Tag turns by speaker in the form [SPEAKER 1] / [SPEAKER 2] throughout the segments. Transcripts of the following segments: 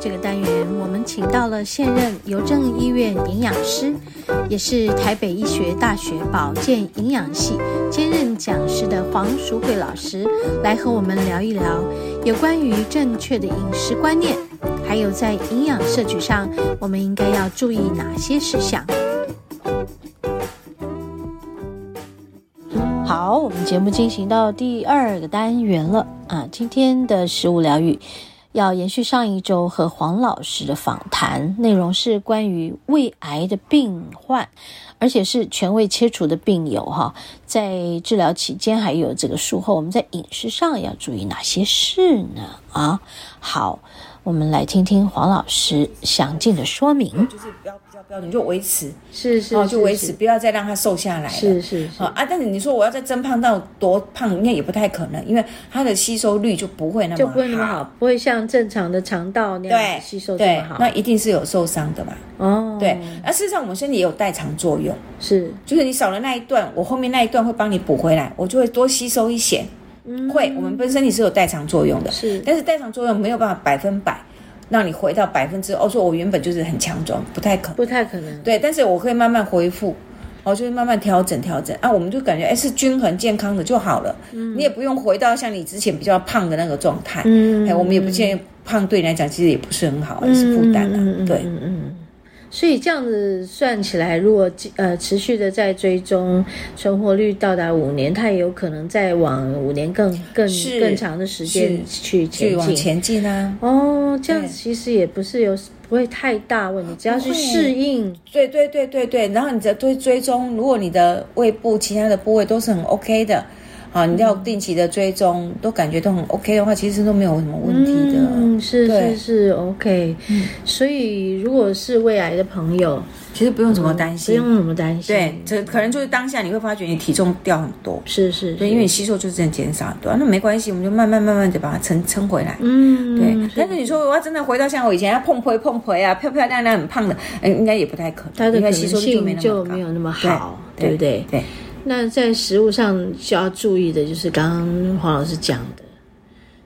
[SPEAKER 1] 这个单元，我们请到了现任邮政医院营养师，也是台北医学大学保健营养系兼任讲师的黄淑慧老师，来和我们聊一聊有关于正确的饮食观念，还有在营养摄取上，我们应该要注意哪些事项。好，我们节目进行到第二个单元了啊！今天的食物疗愈要延续上一周和黄老师的访谈，内容是关于胃癌的病患，而且是全胃切除的病友哈，在治疗期间还有这个术后，我们在饮食上要注意哪些事呢？啊，好，我们来听听黄老师详尽的说明。
[SPEAKER 2] 就是比较比较标准，就维持，
[SPEAKER 1] 是
[SPEAKER 2] 哦，就维持，不要再让它瘦下来了。
[SPEAKER 1] 是
[SPEAKER 2] 好啊，但是你说我要再增胖到多胖，那也不太可能，因为它的吸收率就不会那么
[SPEAKER 1] 就不会那么好，不会像正常的肠道那样
[SPEAKER 2] 对，
[SPEAKER 1] 吸收这
[SPEAKER 2] 对
[SPEAKER 1] 么好，。
[SPEAKER 2] 那一定是有受伤的嘛。
[SPEAKER 1] 哦，
[SPEAKER 2] 对，那事实上我们身体也有代偿作用，
[SPEAKER 1] 是
[SPEAKER 2] 就是你少了那一段，我后面那一段会帮你补回来，我就会多吸收一些。会，我们本身体是有代偿作用的，
[SPEAKER 1] 嗯是
[SPEAKER 2] 但是代偿作用没有办法百分百让你回到百分之哦，说我原本就是很强壮，不太可能。
[SPEAKER 1] 不太可能。
[SPEAKER 2] 对，但是我可以慢慢恢复，哦，就是慢慢调整调整啊，我们就感觉哎是均衡健康的就好了，你也不用回到像你之前比较胖的那个状态，
[SPEAKER 1] 嗯
[SPEAKER 2] 哎，我们也不建议胖对你来讲其实也不是很好，也是负担啊，对。
[SPEAKER 1] 嗯嗯。所以这样子算起来，如果呃持续的在追踪，存活率到达五年，它也有可能再往五年更更
[SPEAKER 2] 是
[SPEAKER 1] 更长的时间
[SPEAKER 2] 是
[SPEAKER 1] 去前
[SPEAKER 2] 去往
[SPEAKER 1] 进。
[SPEAKER 2] 前进啊！
[SPEAKER 1] 哦，这样子
[SPEAKER 2] 对
[SPEAKER 1] 其实也不是有不会太大问题，只要去
[SPEAKER 2] 不会
[SPEAKER 1] 适应。
[SPEAKER 2] 对对对对对，然后你的追追踪，如果你的胃部其他的部位都是很 OK 的，好，你
[SPEAKER 1] 嗯
[SPEAKER 2] 要定期的追踪，都感觉都很 OK 的话，其实都没有什么问题的。
[SPEAKER 1] 嗯，是
[SPEAKER 2] 对嗯
[SPEAKER 1] 是是，OK。所以如果是胃癌的朋友，
[SPEAKER 2] 其实不用怎么担
[SPEAKER 1] 不
[SPEAKER 2] 心。
[SPEAKER 1] 用那么担心。
[SPEAKER 2] 对，这可能就是当下你会发觉你体重掉很多，
[SPEAKER 1] 是是，
[SPEAKER 2] 对，
[SPEAKER 1] 是
[SPEAKER 2] 因为你吸收就是真的减少很多，啊那没关系，我们就慢慢慢慢的把它撑撑回来。
[SPEAKER 1] 嗯，
[SPEAKER 2] 对，
[SPEAKER 1] 是
[SPEAKER 2] 但是你说我要真的回到像我以前要碰回碰回啊，漂漂亮亮很胖的，嗯，应该也不太可能，
[SPEAKER 1] 它的
[SPEAKER 2] 因
[SPEAKER 1] 可
[SPEAKER 2] 为
[SPEAKER 1] 能
[SPEAKER 2] 吸收率就没
[SPEAKER 1] 性
[SPEAKER 2] 那
[SPEAKER 1] 就
[SPEAKER 2] 么
[SPEAKER 1] 没
[SPEAKER 2] 高。
[SPEAKER 1] 有那么好，对
[SPEAKER 2] 对
[SPEAKER 1] 不对？
[SPEAKER 2] 对，
[SPEAKER 1] 那在食物上需要注意的就是刚刚黄老师讲的，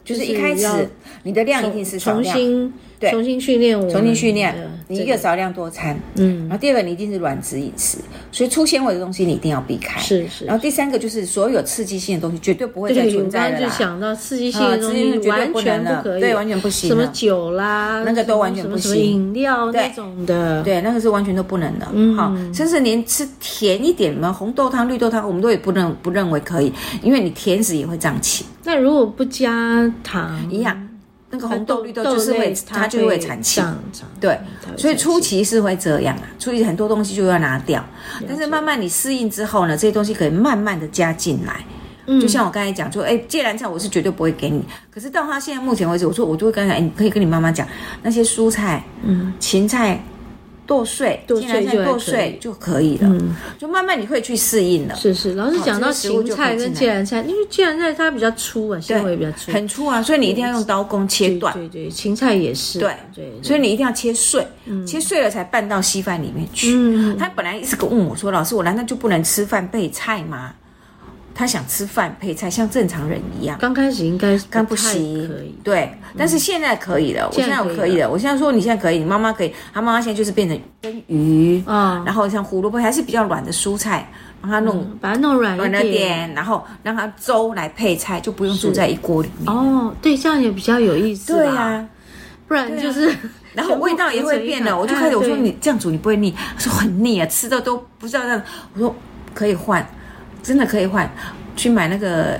[SPEAKER 2] 就是
[SPEAKER 1] 就是
[SPEAKER 2] 一开始
[SPEAKER 1] 要
[SPEAKER 2] 你的量一定
[SPEAKER 1] 重
[SPEAKER 2] 是少
[SPEAKER 1] 重
[SPEAKER 2] 量，
[SPEAKER 1] 新
[SPEAKER 2] 对
[SPEAKER 1] 重新训练我们的，
[SPEAKER 2] 重新训练，你一
[SPEAKER 1] 这
[SPEAKER 2] 个少量多餐，然
[SPEAKER 1] 嗯
[SPEAKER 2] 后第二个你一定是软质饮食，所以粗纤维的东西你一定要避开。。
[SPEAKER 1] 是是
[SPEAKER 2] 然。后第三个就是所有刺激性的东西绝对不会再
[SPEAKER 1] 对，我
[SPEAKER 2] 存
[SPEAKER 1] 刚
[SPEAKER 2] 在
[SPEAKER 1] 刚
[SPEAKER 2] 了
[SPEAKER 1] 就
[SPEAKER 2] 啦。
[SPEAKER 1] 想到刺激性
[SPEAKER 2] 啊
[SPEAKER 1] 的东
[SPEAKER 2] 刺激
[SPEAKER 1] 西
[SPEAKER 2] 性绝对
[SPEAKER 1] 完
[SPEAKER 2] 不
[SPEAKER 1] 全
[SPEAKER 2] 能
[SPEAKER 1] 不
[SPEAKER 2] 了
[SPEAKER 1] 可以，
[SPEAKER 2] 对完全不行啊
[SPEAKER 1] 什么
[SPEAKER 2] 了
[SPEAKER 1] 酒啦，
[SPEAKER 2] 那个都
[SPEAKER 1] 什么
[SPEAKER 2] 完全
[SPEAKER 1] 什么
[SPEAKER 2] 不
[SPEAKER 1] 什么
[SPEAKER 2] 行
[SPEAKER 1] 饮料
[SPEAKER 2] 对
[SPEAKER 1] 那种的，
[SPEAKER 2] 对，那个是完全都不能的。
[SPEAKER 1] 嗯
[SPEAKER 2] 好，甚至连吃甜一点嘛，红豆汤、绿豆汤，我们都也不认不认为可以，因为你甜食也会胀气，
[SPEAKER 1] 那如果不加糖，
[SPEAKER 2] 一样。那个
[SPEAKER 1] 啊
[SPEAKER 2] 红豆、绿豆就是会
[SPEAKER 1] 类，
[SPEAKER 2] 它就会产气。
[SPEAKER 1] 胀胀
[SPEAKER 2] 对
[SPEAKER 1] 嗯它会，
[SPEAKER 2] 所以
[SPEAKER 1] 产气
[SPEAKER 2] 初期是会这样啊，初期很多东西就要拿掉，但是慢慢你适应之后呢，这些东西可以慢慢的加进来。
[SPEAKER 1] 嗯
[SPEAKER 2] 就像我刚才讲说，哎、芥蓝菜我是绝对不会给你，可是到他现在目前为止，我说我就会跟他讲，哎、你可以跟你妈妈讲，那些蔬菜、
[SPEAKER 1] 嗯
[SPEAKER 2] 芹菜剁碎，
[SPEAKER 1] 剁
[SPEAKER 2] 芥蓝
[SPEAKER 1] 碎
[SPEAKER 2] 菜
[SPEAKER 1] 就还
[SPEAKER 2] 剁碎就可
[SPEAKER 1] 可以
[SPEAKER 2] 以了。
[SPEAKER 1] 嗯，
[SPEAKER 2] 就慢慢你会去适应了，
[SPEAKER 1] 是是，老师
[SPEAKER 2] 好
[SPEAKER 1] 讲
[SPEAKER 2] 这
[SPEAKER 1] 到
[SPEAKER 2] 个食物
[SPEAKER 1] 芹
[SPEAKER 2] 就可
[SPEAKER 1] 菜
[SPEAKER 2] 以
[SPEAKER 1] 跟
[SPEAKER 2] 进
[SPEAKER 1] 芥
[SPEAKER 2] 来
[SPEAKER 1] 蓝菜，因为芥蓝菜它比较粗啊，纤维比较粗，
[SPEAKER 2] 很粗啊，所以你一定要用刀工切断，
[SPEAKER 1] 对对对，芹菜也是，
[SPEAKER 2] 对
[SPEAKER 1] 对，对
[SPEAKER 2] 所以你一定要切碎，切碎了才拌到稀饭里面去。
[SPEAKER 1] 嗯，
[SPEAKER 2] 他本来一直跟问我说：“老师，我难道就不能吃饭配菜吗？”他想吃饭配菜，像正常人一样，
[SPEAKER 1] 刚开始应该是
[SPEAKER 2] 刚不
[SPEAKER 1] 太
[SPEAKER 2] 行
[SPEAKER 1] 可以，
[SPEAKER 2] 对，但是现在可以了，我
[SPEAKER 1] 现
[SPEAKER 2] 嗯现在
[SPEAKER 1] 在可以
[SPEAKER 2] 我可以了，我现在说你现在可以，你妈妈可以，她妈妈现在就是变成蒸鱼，
[SPEAKER 1] 啊，
[SPEAKER 2] 然后像胡萝卜还是比较软的蔬菜，让它弄
[SPEAKER 1] 把它弄软
[SPEAKER 2] 软了
[SPEAKER 1] 一
[SPEAKER 2] 嗯点，然后让它粥来配菜，就不用煮在一锅里面。
[SPEAKER 1] 哦，对，这样也比较有意思
[SPEAKER 2] 对啊
[SPEAKER 1] 啦
[SPEAKER 2] 呀、
[SPEAKER 1] 不然就是
[SPEAKER 2] 然后味道也会变了。我就开始我
[SPEAKER 1] 哎
[SPEAKER 2] 说你这样煮你不会腻，他说很腻啊，吃的都不知道让。我说可以换，真的可以换，去买那个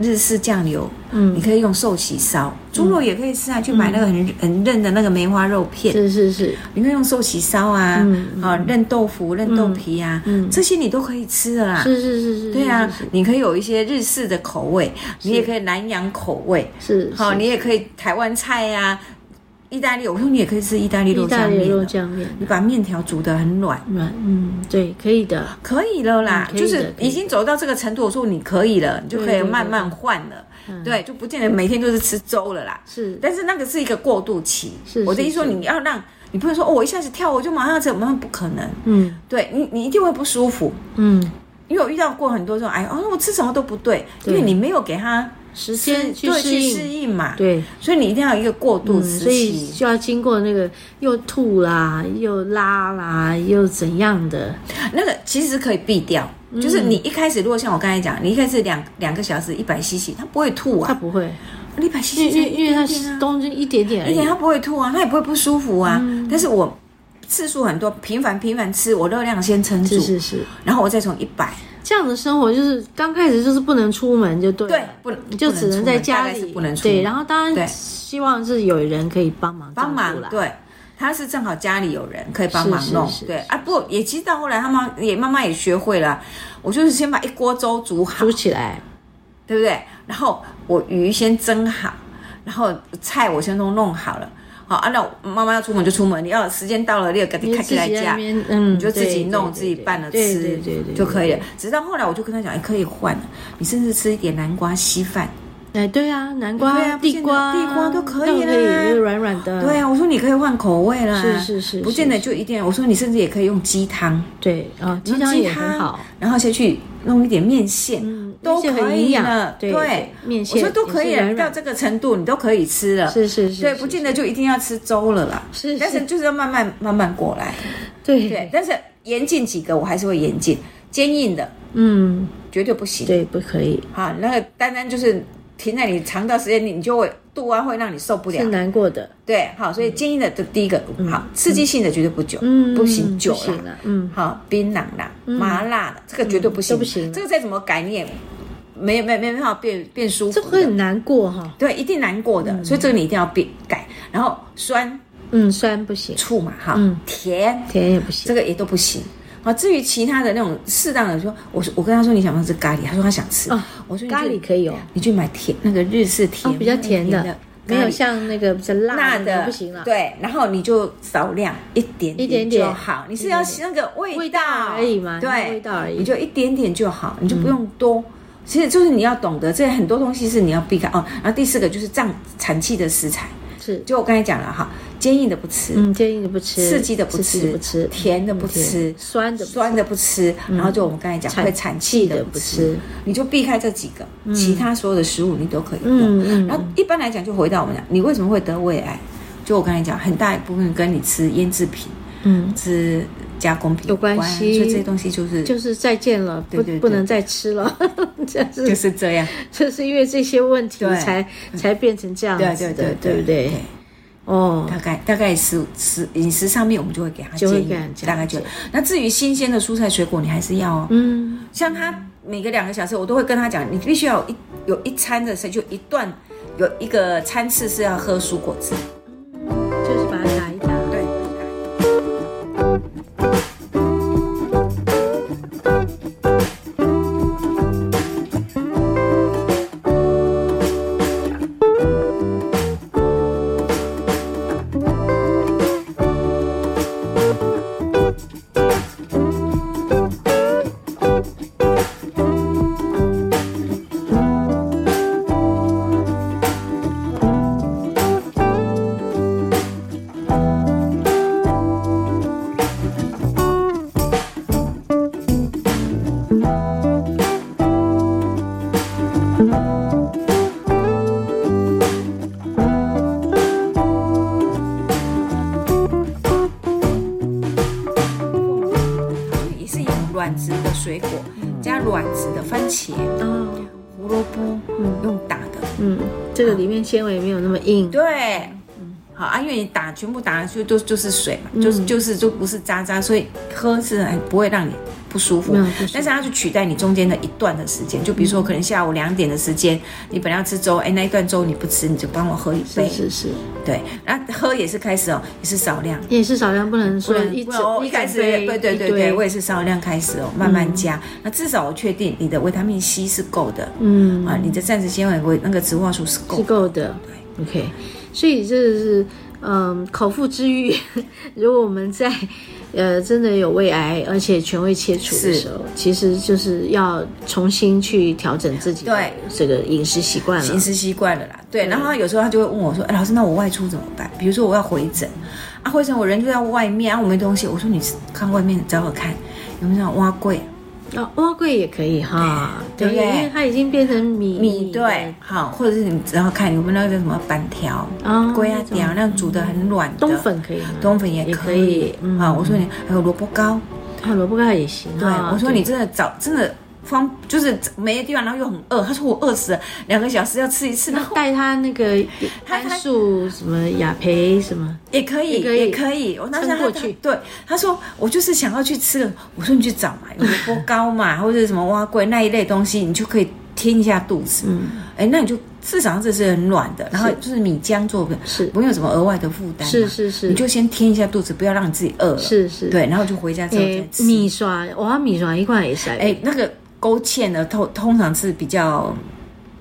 [SPEAKER 2] 日式酱油，
[SPEAKER 1] 嗯
[SPEAKER 2] 你可以用寿喜烧，猪肉也可以吃啊，去买那个很很嫩的那个梅花肉片，
[SPEAKER 1] 嗯是是是，
[SPEAKER 2] 你可以用寿喜烧啊
[SPEAKER 1] 嗯，
[SPEAKER 2] 啊嫩豆腐、嫩豆皮啊
[SPEAKER 1] 嗯嗯，
[SPEAKER 2] 这些你都可以吃的啦。
[SPEAKER 1] 是是是是，
[SPEAKER 2] 对啊
[SPEAKER 1] 是，
[SPEAKER 2] 你可以有一些日式的口味，你也可以南洋口味，
[SPEAKER 1] 是是
[SPEAKER 2] 好，你也可以台湾菜呀、意大利。我说你也可以吃意大利
[SPEAKER 1] 意
[SPEAKER 2] 肉
[SPEAKER 1] 大
[SPEAKER 2] 酱
[SPEAKER 1] 利
[SPEAKER 2] 面
[SPEAKER 1] 肉
[SPEAKER 2] 的，
[SPEAKER 1] 酱面
[SPEAKER 2] 你把面条煮得很软，
[SPEAKER 1] 软，嗯，对，可以的，
[SPEAKER 2] 可以了啦。
[SPEAKER 1] 嗯可以的
[SPEAKER 2] 就是
[SPEAKER 1] 可以的
[SPEAKER 2] 已经走到这个程度，我说你可以了，你就可
[SPEAKER 1] 对
[SPEAKER 2] 以
[SPEAKER 1] 对
[SPEAKER 2] 慢慢换了。
[SPEAKER 1] 嗯
[SPEAKER 2] 对，就不见得每天都是吃粥了啦。
[SPEAKER 1] 是
[SPEAKER 2] 但是那个是一个过渡期。
[SPEAKER 1] 是
[SPEAKER 2] 我的
[SPEAKER 1] 是
[SPEAKER 2] 意思说，
[SPEAKER 1] 是
[SPEAKER 2] 你要让你不能说哦，我一下子跳我就马上怎么样，不可能。
[SPEAKER 1] 嗯
[SPEAKER 2] 对你，你一定会不舒服。
[SPEAKER 1] 嗯，
[SPEAKER 2] 因为我遇到过很多这种，哎，哦，我吃什么都不对，
[SPEAKER 1] 对
[SPEAKER 2] 因为你没有给他
[SPEAKER 1] 时间去
[SPEAKER 2] 对
[SPEAKER 1] 适
[SPEAKER 2] 去适
[SPEAKER 1] 应，
[SPEAKER 2] 应嘛。
[SPEAKER 1] 对，
[SPEAKER 2] 所以你一定要有一个过渡
[SPEAKER 1] 嗯，
[SPEAKER 2] 时
[SPEAKER 1] 所以
[SPEAKER 2] 期。
[SPEAKER 1] 就要经过那个又吐啦，又拉啦，又怎样的，
[SPEAKER 2] 那个其实可以避掉，
[SPEAKER 1] 嗯
[SPEAKER 2] 就是你一开始如果像我刚才讲，你一开始两两个小时一百 CC，他不会吐
[SPEAKER 1] 他
[SPEAKER 2] 啊，
[SPEAKER 1] 不会，
[SPEAKER 2] 一百
[SPEAKER 1] 因为
[SPEAKER 2] CC
[SPEAKER 1] 因为因为
[SPEAKER 2] 啊
[SPEAKER 1] 他东西一点点而
[SPEAKER 2] 一点
[SPEAKER 1] 已
[SPEAKER 2] 他，不会吐啊，他也不会不舒服啊。
[SPEAKER 1] 嗯
[SPEAKER 2] 但是我次数很多，频繁频繁吃，我热量先撑住，
[SPEAKER 1] 是是是，
[SPEAKER 2] 然后我再从一百，
[SPEAKER 1] 这样的生活就是刚开始就是不能出门就对了，啊
[SPEAKER 2] 对，不
[SPEAKER 1] 你就只能在家里，
[SPEAKER 2] 不能出门大概是不能出
[SPEAKER 1] 对，
[SPEAKER 2] 门
[SPEAKER 1] 然后当
[SPEAKER 2] 对
[SPEAKER 1] 然希望是有人可以帮忙
[SPEAKER 2] 帮
[SPEAKER 1] 照顾
[SPEAKER 2] 忙
[SPEAKER 1] 啦，
[SPEAKER 2] 对。他是正好家里有人可以帮忙
[SPEAKER 1] 是是
[SPEAKER 2] 弄，
[SPEAKER 1] 是
[SPEAKER 2] 对
[SPEAKER 1] 是
[SPEAKER 2] 啊，不过也其实到后来他妈也妈妈也学会了，我就是先把一锅粥煮好，
[SPEAKER 1] 煮起来，
[SPEAKER 2] 对不对？然后我鱼先蒸好，然后菜我先都弄好了，好啊，那我妈妈要出门就出门，你要时间到了，你也赶
[SPEAKER 1] 你
[SPEAKER 2] 紧
[SPEAKER 1] 自
[SPEAKER 2] 开
[SPEAKER 1] 己
[SPEAKER 2] 起来
[SPEAKER 1] 在那
[SPEAKER 2] 加，
[SPEAKER 1] 边，嗯，
[SPEAKER 2] 你就自己
[SPEAKER 1] 对
[SPEAKER 2] 弄
[SPEAKER 1] 对
[SPEAKER 2] 自己
[SPEAKER 1] 对
[SPEAKER 2] 拌了
[SPEAKER 1] 对
[SPEAKER 2] 吃
[SPEAKER 1] 对对对
[SPEAKER 2] 就可以了
[SPEAKER 1] 对。
[SPEAKER 2] 直到后来我就跟他讲，哎，可以换了，你甚至吃一点南瓜稀饭。
[SPEAKER 1] 哎，对啊，南瓜、
[SPEAKER 2] 对啊不
[SPEAKER 1] 地
[SPEAKER 2] 见得
[SPEAKER 1] 瓜、
[SPEAKER 2] 地瓜都可以
[SPEAKER 1] 都可以，
[SPEAKER 2] 啦
[SPEAKER 1] 就是软软的，
[SPEAKER 2] 对啊，我说你可以换口味啦，
[SPEAKER 1] 嗯是是是
[SPEAKER 2] 不见得就一定。我说你甚至也可以用鸡汤，
[SPEAKER 1] 对啊，鸡
[SPEAKER 2] 用
[SPEAKER 1] 汤也很好，，
[SPEAKER 2] 然后先去弄一点面线，
[SPEAKER 1] 嗯，
[SPEAKER 2] 都
[SPEAKER 1] 而且很
[SPEAKER 2] 可
[SPEAKER 1] 营
[SPEAKER 2] 以
[SPEAKER 1] 养
[SPEAKER 2] 了。
[SPEAKER 1] 对，面
[SPEAKER 2] 我
[SPEAKER 1] 线
[SPEAKER 2] 说都可以
[SPEAKER 1] 也是
[SPEAKER 2] 了，
[SPEAKER 1] 软
[SPEAKER 2] 到
[SPEAKER 1] 软
[SPEAKER 2] 这个程度你都可以吃了。
[SPEAKER 1] 是是是，
[SPEAKER 2] 对，
[SPEAKER 1] 是
[SPEAKER 2] 不见得就一定要吃粥了啦。
[SPEAKER 1] 是是
[SPEAKER 2] 但是就是要慢慢慢慢过来。
[SPEAKER 1] 对
[SPEAKER 2] 对，，但是严禁几个我还是会严禁，坚硬的
[SPEAKER 1] 嗯，
[SPEAKER 2] 绝对不行。
[SPEAKER 1] 对，不可以，
[SPEAKER 2] 好，那个单单就是停在你肠道时间，你就会度啊会让你受不了
[SPEAKER 1] 是。难过的，
[SPEAKER 2] 对，好，所以建议的这第一个，好，刺激性的绝对不久，
[SPEAKER 1] 嗯，
[SPEAKER 2] 不行久
[SPEAKER 1] 不行
[SPEAKER 2] 了，
[SPEAKER 1] 了，嗯，
[SPEAKER 2] 好，槟榔啦、麻辣的，这个绝对不行，
[SPEAKER 1] 嗯都不行
[SPEAKER 2] 这个再怎么改你也没有没有没有办法变变舒服
[SPEAKER 1] 这
[SPEAKER 2] 的，
[SPEAKER 1] 会很难过哈，
[SPEAKER 2] 对，一定难过的，所以这个你一定要变改。然后酸
[SPEAKER 1] 嗯，酸不行，
[SPEAKER 2] 醋嘛，哈，
[SPEAKER 1] 嗯
[SPEAKER 2] 甜
[SPEAKER 1] 甜也不行
[SPEAKER 2] 这，个也都不行。好，至于其他的那种适当的，说我说我跟他说你想不想吃咖喱，他说他想吃，
[SPEAKER 1] 哦
[SPEAKER 2] 我说你去
[SPEAKER 1] 咖喱可以哦，
[SPEAKER 2] 你去买甜那个日式甜
[SPEAKER 1] 哦，
[SPEAKER 2] 味、
[SPEAKER 1] 比较甜
[SPEAKER 2] 的
[SPEAKER 1] 的，没
[SPEAKER 2] 咖
[SPEAKER 1] 有
[SPEAKER 2] 喱
[SPEAKER 1] 像那个比较辣
[SPEAKER 2] 辣
[SPEAKER 1] 的
[SPEAKER 2] 的
[SPEAKER 1] 不行了，
[SPEAKER 2] 对，然后你就少量一点
[SPEAKER 1] 一点点
[SPEAKER 2] 就好，你是要那个味道
[SPEAKER 1] 味道而已嘛那
[SPEAKER 2] 对，
[SPEAKER 1] 味道而已嗯
[SPEAKER 2] 你就一点点就好，你就不用多。其实就是你要懂得，这很多东西是你要避开哦。然后第四个就是胀产气的食材，
[SPEAKER 1] 是，
[SPEAKER 2] 就我刚才讲了哈，坚硬的不吃，
[SPEAKER 1] 嗯，建议你不吃，
[SPEAKER 2] 刺激的不
[SPEAKER 1] 刺激
[SPEAKER 2] 吃，
[SPEAKER 1] 不吃，
[SPEAKER 2] 甜的不
[SPEAKER 1] 嗯甜
[SPEAKER 2] 吃，
[SPEAKER 1] 酸的不吃
[SPEAKER 2] 酸的不吃，然后就我们刚才讲
[SPEAKER 1] 产
[SPEAKER 2] 会产气的不
[SPEAKER 1] 气的
[SPEAKER 2] 吃
[SPEAKER 1] 不吃，
[SPEAKER 2] 你就避开这几个，其他所有的食物你都可以
[SPEAKER 1] 嗯
[SPEAKER 2] 用。
[SPEAKER 1] 嗯
[SPEAKER 2] 哦然后一般来讲，就回到我们讲，你为什么会得胃癌？就我刚才讲，很大一部分跟你吃腌制品、
[SPEAKER 1] 嗯，
[SPEAKER 2] 吃加工品
[SPEAKER 1] 有关系
[SPEAKER 2] 所以这些东西就是就
[SPEAKER 1] 就是再见了，不
[SPEAKER 2] 对对对
[SPEAKER 1] 不能再吃了， 这是
[SPEAKER 2] 是这样，
[SPEAKER 1] 就是因为这些问题
[SPEAKER 2] 对嗯
[SPEAKER 1] 才才变成这样
[SPEAKER 2] 对对
[SPEAKER 1] 子的，
[SPEAKER 2] 嗯对
[SPEAKER 1] 对不对？哦，
[SPEAKER 2] 大概大概食食饮食上面，我们就会给他
[SPEAKER 1] 就
[SPEAKER 2] 建
[SPEAKER 1] 会
[SPEAKER 2] 议
[SPEAKER 1] 给他这样，
[SPEAKER 2] 大概就
[SPEAKER 1] 建议
[SPEAKER 2] 那至于新鲜的蔬菜水果，你还是要哦。
[SPEAKER 1] 嗯，
[SPEAKER 2] 像他每个两个小时，我都会跟他讲，你必须要有一有一餐的时候，就一段有一个餐次是要喝蔬果汁。
[SPEAKER 1] 就是把它打一打。
[SPEAKER 2] 对。也是有卵子的水果，
[SPEAKER 1] 嗯
[SPEAKER 2] 加卵子的番茄、
[SPEAKER 1] 哦，
[SPEAKER 2] 胡萝卜，用打的。
[SPEAKER 1] 嗯，这个里面纤维没有那么硬，
[SPEAKER 2] 对，好啊，因为你打全部打下去都就是水嘛，
[SPEAKER 1] 嗯
[SPEAKER 2] 就是就是就不是渣渣，所以喝是很不会让你不舒服
[SPEAKER 1] 没有不舒服。
[SPEAKER 2] 但是它就取代你中间的一段的时间，就比如说可能下午两点的时间，你本来要吃粥，哎，那一段粥你不吃，你就帮我喝一杯
[SPEAKER 1] 是。是是，
[SPEAKER 2] 对，然后喝也是开始哦，也是少量。
[SPEAKER 1] 也是少量，不能说
[SPEAKER 2] 不然
[SPEAKER 1] 一
[SPEAKER 2] 不然我
[SPEAKER 1] 整
[SPEAKER 2] 一开始
[SPEAKER 1] 整
[SPEAKER 2] 对
[SPEAKER 1] 杯
[SPEAKER 2] 对
[SPEAKER 1] 一
[SPEAKER 2] 对
[SPEAKER 1] 堆
[SPEAKER 2] 对，我也是少量开始哦，慢慢加。那至少我确定你的维他命 C 是够的，
[SPEAKER 1] 嗯
[SPEAKER 2] 啊，你的膳食纤维维那个植物素是够
[SPEAKER 1] 是
[SPEAKER 2] 的。
[SPEAKER 1] 够的。OK，所以这是嗯口腹之欲。 如果我们在呃真的有胃癌，而且全胃切除的
[SPEAKER 2] 是
[SPEAKER 1] 时候，其实就是要重新去调整自己的
[SPEAKER 2] 对
[SPEAKER 1] 这个饮食习惯
[SPEAKER 2] 饮
[SPEAKER 1] 了。
[SPEAKER 2] 食习惯了啦，对，然后他有时候他就会问我说：“哎，老师，那我外出怎么办？比如说我要回诊，啊，回诊我人就在外面，啊，我没东西。”我说：“你看外面找找看，有没有那种挖柜，
[SPEAKER 1] 哦，蛙桂也可以哈，
[SPEAKER 2] 对对不对
[SPEAKER 1] 因为它已经变成米
[SPEAKER 2] 米
[SPEAKER 1] 的
[SPEAKER 2] 对，好，或者是你然后看有没有那个叫什么板条、
[SPEAKER 1] 啊
[SPEAKER 2] 龟啊
[SPEAKER 1] 那种
[SPEAKER 2] 条，那种煮的很软的。
[SPEAKER 1] 冬，粉可以吗？
[SPEAKER 2] 冬粉也
[SPEAKER 1] 也
[SPEAKER 2] 可
[SPEAKER 1] 可以
[SPEAKER 2] 以。
[SPEAKER 1] 嗯
[SPEAKER 2] 啊，我说你还有萝卜糕，
[SPEAKER 1] 啊萝卜糕也行
[SPEAKER 2] 对
[SPEAKER 1] 啊。
[SPEAKER 2] 我说你真的早真的方就是没地方，然后又很饿。他说我饿死了，两个小时要吃一次，然
[SPEAKER 1] 那
[SPEAKER 2] 后
[SPEAKER 1] 带他那个
[SPEAKER 2] 他
[SPEAKER 1] 单数什么雅培什么，
[SPEAKER 2] 也可以，
[SPEAKER 1] 也可以
[SPEAKER 2] 也可以。我那时候
[SPEAKER 1] 撑过
[SPEAKER 2] 他
[SPEAKER 1] 去
[SPEAKER 2] 对他说我就是想要去吃了。我说你去找嘛，有萝卜糕嘛， 或者什么蛙桂那一类东西，你就可以填一下肚子。
[SPEAKER 1] 嗯，
[SPEAKER 2] 哎，那你就至少这是很软的，然后就是米浆做的，
[SPEAKER 1] 是
[SPEAKER 2] 不用有什么额外的负担嘛。
[SPEAKER 1] 是是是，
[SPEAKER 2] 你就先填一下肚子，不要让你自己饿了。
[SPEAKER 1] 是是
[SPEAKER 2] 对，然后就回家之后再
[SPEAKER 1] 诶
[SPEAKER 2] 吃。
[SPEAKER 1] 哎米刷，哇米刷一块也塞，
[SPEAKER 2] 哎，那个勾芡呢，通通常是比较。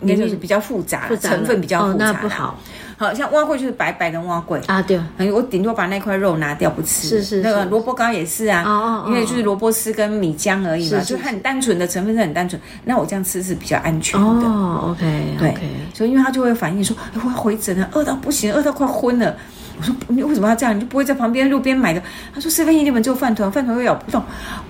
[SPEAKER 2] 应该就是比较复杂，
[SPEAKER 1] 嗯复杂了
[SPEAKER 2] 成分比较
[SPEAKER 1] 哦
[SPEAKER 2] 复杂、
[SPEAKER 1] 那不。好
[SPEAKER 2] 好像蛙桂就是白白的蛙桂，
[SPEAKER 1] 啊，对，
[SPEAKER 2] 哎，我顶多把那块肉拿掉不吃。
[SPEAKER 1] 是是
[SPEAKER 2] 那个
[SPEAKER 1] 是
[SPEAKER 2] 萝卜糕也是啊，
[SPEAKER 1] 哦哦哦
[SPEAKER 2] 因为就是萝卜丝跟米浆而已嘛，
[SPEAKER 1] 是是
[SPEAKER 2] 就很单纯的成分是很单纯。那我这样吃是比较安全的。
[SPEAKER 1] 哦，OK
[SPEAKER 2] 对
[SPEAKER 1] OK，
[SPEAKER 2] 所以因为他就会反映说，哎，我要回诊了，饿到不行，饿到快昏了。我说你为什么要这样？你就不会在旁边路边买的？他说 seven eleven 只有饭团，饭团又咬不动。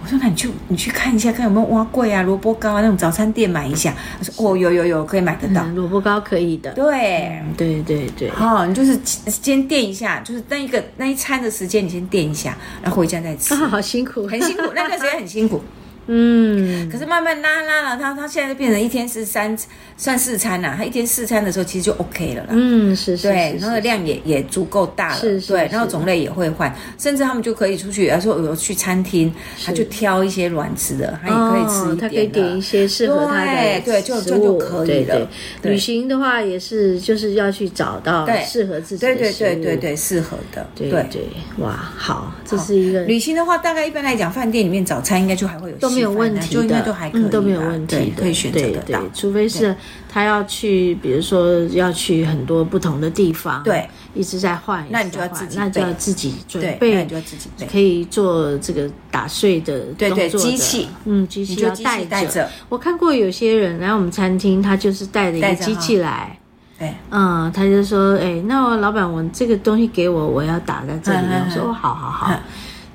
[SPEAKER 2] 我说那你去你去看一下，看有没有蛙桂啊、萝卜糕啊那种早餐店买一下。他说哦，有有有，可以买得到。
[SPEAKER 1] 嗯萝卜糕可以的，
[SPEAKER 2] 对，
[SPEAKER 1] 对对对，
[SPEAKER 2] 哦，你就是先垫一下，就是那一个那一餐的时间，你先垫一下，然后回家再吃。
[SPEAKER 1] 啊， 好辛苦，
[SPEAKER 2] 很辛苦，那段时间很辛苦。
[SPEAKER 1] 嗯
[SPEAKER 2] 可是慢慢拉拉了，他他现在就变成一天是三算四餐啦、他一天四餐的时候其实就 OK 了啦。
[SPEAKER 1] 嗯，是是
[SPEAKER 2] 对
[SPEAKER 1] 是，
[SPEAKER 2] 然后
[SPEAKER 1] 是，
[SPEAKER 2] 量也也足够大了，
[SPEAKER 1] 是是
[SPEAKER 2] 对，
[SPEAKER 1] 是
[SPEAKER 2] 然后种类也会换，甚至他们就可以出去，他说有去餐厅，他就挑一些软吃的，他也可以吃一点、
[SPEAKER 1] 哦，他可以点一些适合他的
[SPEAKER 2] 对对就
[SPEAKER 1] 食
[SPEAKER 2] 就就
[SPEAKER 1] 物
[SPEAKER 2] 可以
[SPEAKER 1] 对
[SPEAKER 2] 了
[SPEAKER 1] 对
[SPEAKER 2] 对
[SPEAKER 1] 旅行的话也是，就是要去找到
[SPEAKER 2] 对
[SPEAKER 1] 适合自己
[SPEAKER 2] 对
[SPEAKER 1] 的
[SPEAKER 2] 对
[SPEAKER 1] 食物
[SPEAKER 2] 对对对，适合的，
[SPEAKER 1] 对对，哇，好，这是一个
[SPEAKER 2] 旅行的话，大概一般来讲，饭店里面早餐应该就还会有
[SPEAKER 1] 都没有
[SPEAKER 2] 稀饭啊
[SPEAKER 1] 问题
[SPEAKER 2] 就
[SPEAKER 1] 的，
[SPEAKER 2] 应该都还可以啦、
[SPEAKER 1] 嗯，都没有问题
[SPEAKER 2] 对
[SPEAKER 1] 的，
[SPEAKER 2] 可以选择
[SPEAKER 1] 对
[SPEAKER 2] 得
[SPEAKER 1] 对
[SPEAKER 2] 到。，
[SPEAKER 1] 除非是他要去，比如说要去很多不同的地方，
[SPEAKER 2] 对，
[SPEAKER 1] 一直在换，
[SPEAKER 2] 那
[SPEAKER 1] 一直
[SPEAKER 2] 你就要
[SPEAKER 1] 在
[SPEAKER 2] 自己
[SPEAKER 1] 换那就要
[SPEAKER 2] 备
[SPEAKER 1] 自己准
[SPEAKER 2] 对，那
[SPEAKER 1] 备
[SPEAKER 2] 你就，要自己备。
[SPEAKER 1] 可以做这个打碎的动作
[SPEAKER 2] 对
[SPEAKER 1] 的
[SPEAKER 2] 对机器
[SPEAKER 1] 嗯，机器
[SPEAKER 2] 你就
[SPEAKER 1] 要
[SPEAKER 2] 机器
[SPEAKER 1] 带
[SPEAKER 2] 带着
[SPEAKER 1] 我看过有些人来我们餐厅，他就是带着一个
[SPEAKER 2] 带着哈
[SPEAKER 1] 机器来。
[SPEAKER 2] 对，
[SPEAKER 1] 嗯，他就说，哎、那我老板，我这个东西给我，我要打在这里。
[SPEAKER 2] 嗯嗯嗯
[SPEAKER 1] 我说，哦，好好好，
[SPEAKER 2] 嗯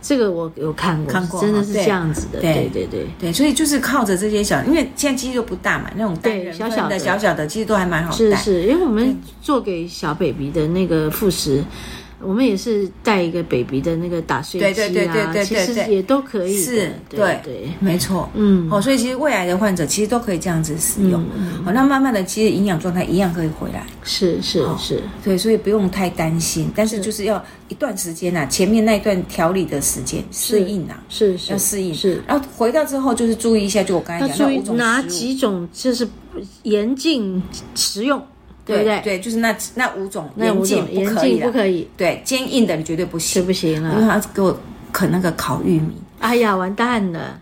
[SPEAKER 1] 这个我有看过，
[SPEAKER 2] 看过
[SPEAKER 1] 真的
[SPEAKER 2] 哈
[SPEAKER 1] 是
[SPEAKER 2] 对
[SPEAKER 1] 这样子的，
[SPEAKER 2] 对
[SPEAKER 1] 对对
[SPEAKER 2] 对，所以就是靠着这些小，因为现在机器都不大嘛，那种单
[SPEAKER 1] 对
[SPEAKER 2] 人
[SPEAKER 1] 小
[SPEAKER 2] 份
[SPEAKER 1] 小的
[SPEAKER 2] 的小小的，其实都还蛮好带。
[SPEAKER 1] 是是，因为我们做给小 baby 的那个副食，我们也是带一个 baby 的那个打碎机啊，
[SPEAKER 2] 对对对对对
[SPEAKER 1] 其实
[SPEAKER 2] 对对
[SPEAKER 1] 也都可以的，
[SPEAKER 2] 是
[SPEAKER 1] 对
[SPEAKER 2] 对
[SPEAKER 1] 对，
[SPEAKER 2] 没错。
[SPEAKER 1] 嗯，
[SPEAKER 2] 哦，所以其实胃癌的患者其实都可以这样子使用，
[SPEAKER 1] 嗯
[SPEAKER 2] 哦，那慢慢的其实营养状态一样可以回来，
[SPEAKER 1] 是是是，
[SPEAKER 2] 对，所以不用太担心，但是就是要一段时间啊，前面那一段调理的时间适应啊，
[SPEAKER 1] 是是
[SPEAKER 2] 要适应，
[SPEAKER 1] 是。
[SPEAKER 2] 然后回到之后就是注意一下，就我刚才
[SPEAKER 1] 要
[SPEAKER 2] 讲
[SPEAKER 1] 注
[SPEAKER 2] 那
[SPEAKER 1] 意
[SPEAKER 2] 五种
[SPEAKER 1] 哪
[SPEAKER 2] 食物
[SPEAKER 1] 几种就是严禁食用，对
[SPEAKER 2] 对
[SPEAKER 1] 不对？
[SPEAKER 2] 对，就是那那五种
[SPEAKER 1] 那
[SPEAKER 2] 严
[SPEAKER 1] 五
[SPEAKER 2] 禁
[SPEAKER 1] 种
[SPEAKER 2] 不
[SPEAKER 1] 严
[SPEAKER 2] 可以啊
[SPEAKER 1] 禁不
[SPEAKER 2] 的，
[SPEAKER 1] 可以，
[SPEAKER 2] 对，坚硬的你绝对不
[SPEAKER 1] 就
[SPEAKER 2] 行，
[SPEAKER 1] 不行
[SPEAKER 2] 因 为
[SPEAKER 1] 了。
[SPEAKER 2] 他给我啃那个烤玉米，
[SPEAKER 1] 哎呀，完蛋 了，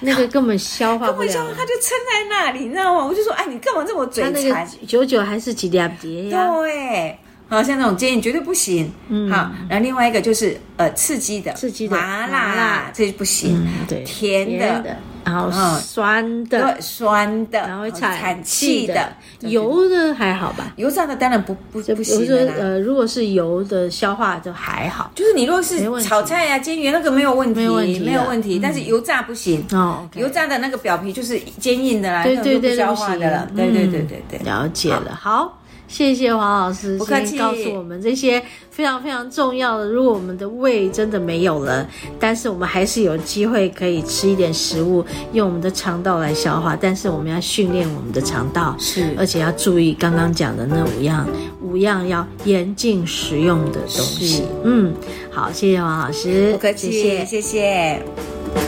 [SPEAKER 1] 那个根本消化
[SPEAKER 2] 根
[SPEAKER 1] 不
[SPEAKER 2] 本就
[SPEAKER 1] 了。
[SPEAKER 2] 他就撑在那里，你知道吗？我就说，哎，你干嘛这么嘴
[SPEAKER 1] 他那个
[SPEAKER 2] 馋？
[SPEAKER 1] 久久还是几两碟呀？
[SPEAKER 2] 对，好像那种建议绝对不行。
[SPEAKER 1] 嗯
[SPEAKER 2] 好，然后另外一个就是呃刺激的，
[SPEAKER 1] 刺激的
[SPEAKER 2] 麻
[SPEAKER 1] 麻辣
[SPEAKER 2] 辣这就不行，
[SPEAKER 1] 嗯，对，
[SPEAKER 2] 甜的
[SPEAKER 1] 然后
[SPEAKER 2] 嗯
[SPEAKER 1] 酸的，
[SPEAKER 2] 对，酸的，
[SPEAKER 1] 然后
[SPEAKER 2] 好
[SPEAKER 1] 产
[SPEAKER 2] 产
[SPEAKER 1] 气
[SPEAKER 2] 气
[SPEAKER 1] 的
[SPEAKER 2] 的，，
[SPEAKER 1] 油的还好吧？
[SPEAKER 2] 油炸的当然不不
[SPEAKER 1] 就
[SPEAKER 2] 不
[SPEAKER 1] 比如
[SPEAKER 2] 行啊
[SPEAKER 1] 说
[SPEAKER 2] 的啦。
[SPEAKER 1] 呃，如果是油的消化就还好
[SPEAKER 2] 就是你如果是
[SPEAKER 1] 没问题
[SPEAKER 2] 炒菜啊、煎鱼那个没有问题，
[SPEAKER 1] 没有问题的
[SPEAKER 2] 没有问题，但是油炸不行。
[SPEAKER 1] 哦，OK。
[SPEAKER 2] 油炸的那个表皮就是坚硬的啦，
[SPEAKER 1] 对
[SPEAKER 2] 那种
[SPEAKER 1] 对
[SPEAKER 2] 就
[SPEAKER 1] 对，
[SPEAKER 2] 不消化的了
[SPEAKER 1] 那。不
[SPEAKER 2] 对
[SPEAKER 1] 行
[SPEAKER 2] 对对对对
[SPEAKER 1] 嗯，了解了。好，谢谢黄老师，
[SPEAKER 2] 不客气
[SPEAKER 1] 先告诉我们这些非常非常重要的。如果我们的胃真的没有了，但是我们还是有机会可以吃一点食物，用我们的肠道来消化，但是我们要训练我们的肠道。
[SPEAKER 2] 是
[SPEAKER 1] 而且要注意刚刚讲的那五样，五样要严禁食用的东西
[SPEAKER 2] 是。
[SPEAKER 1] 嗯，好，谢谢黄老师，
[SPEAKER 2] 不客气，
[SPEAKER 1] 谢谢
[SPEAKER 2] 谢谢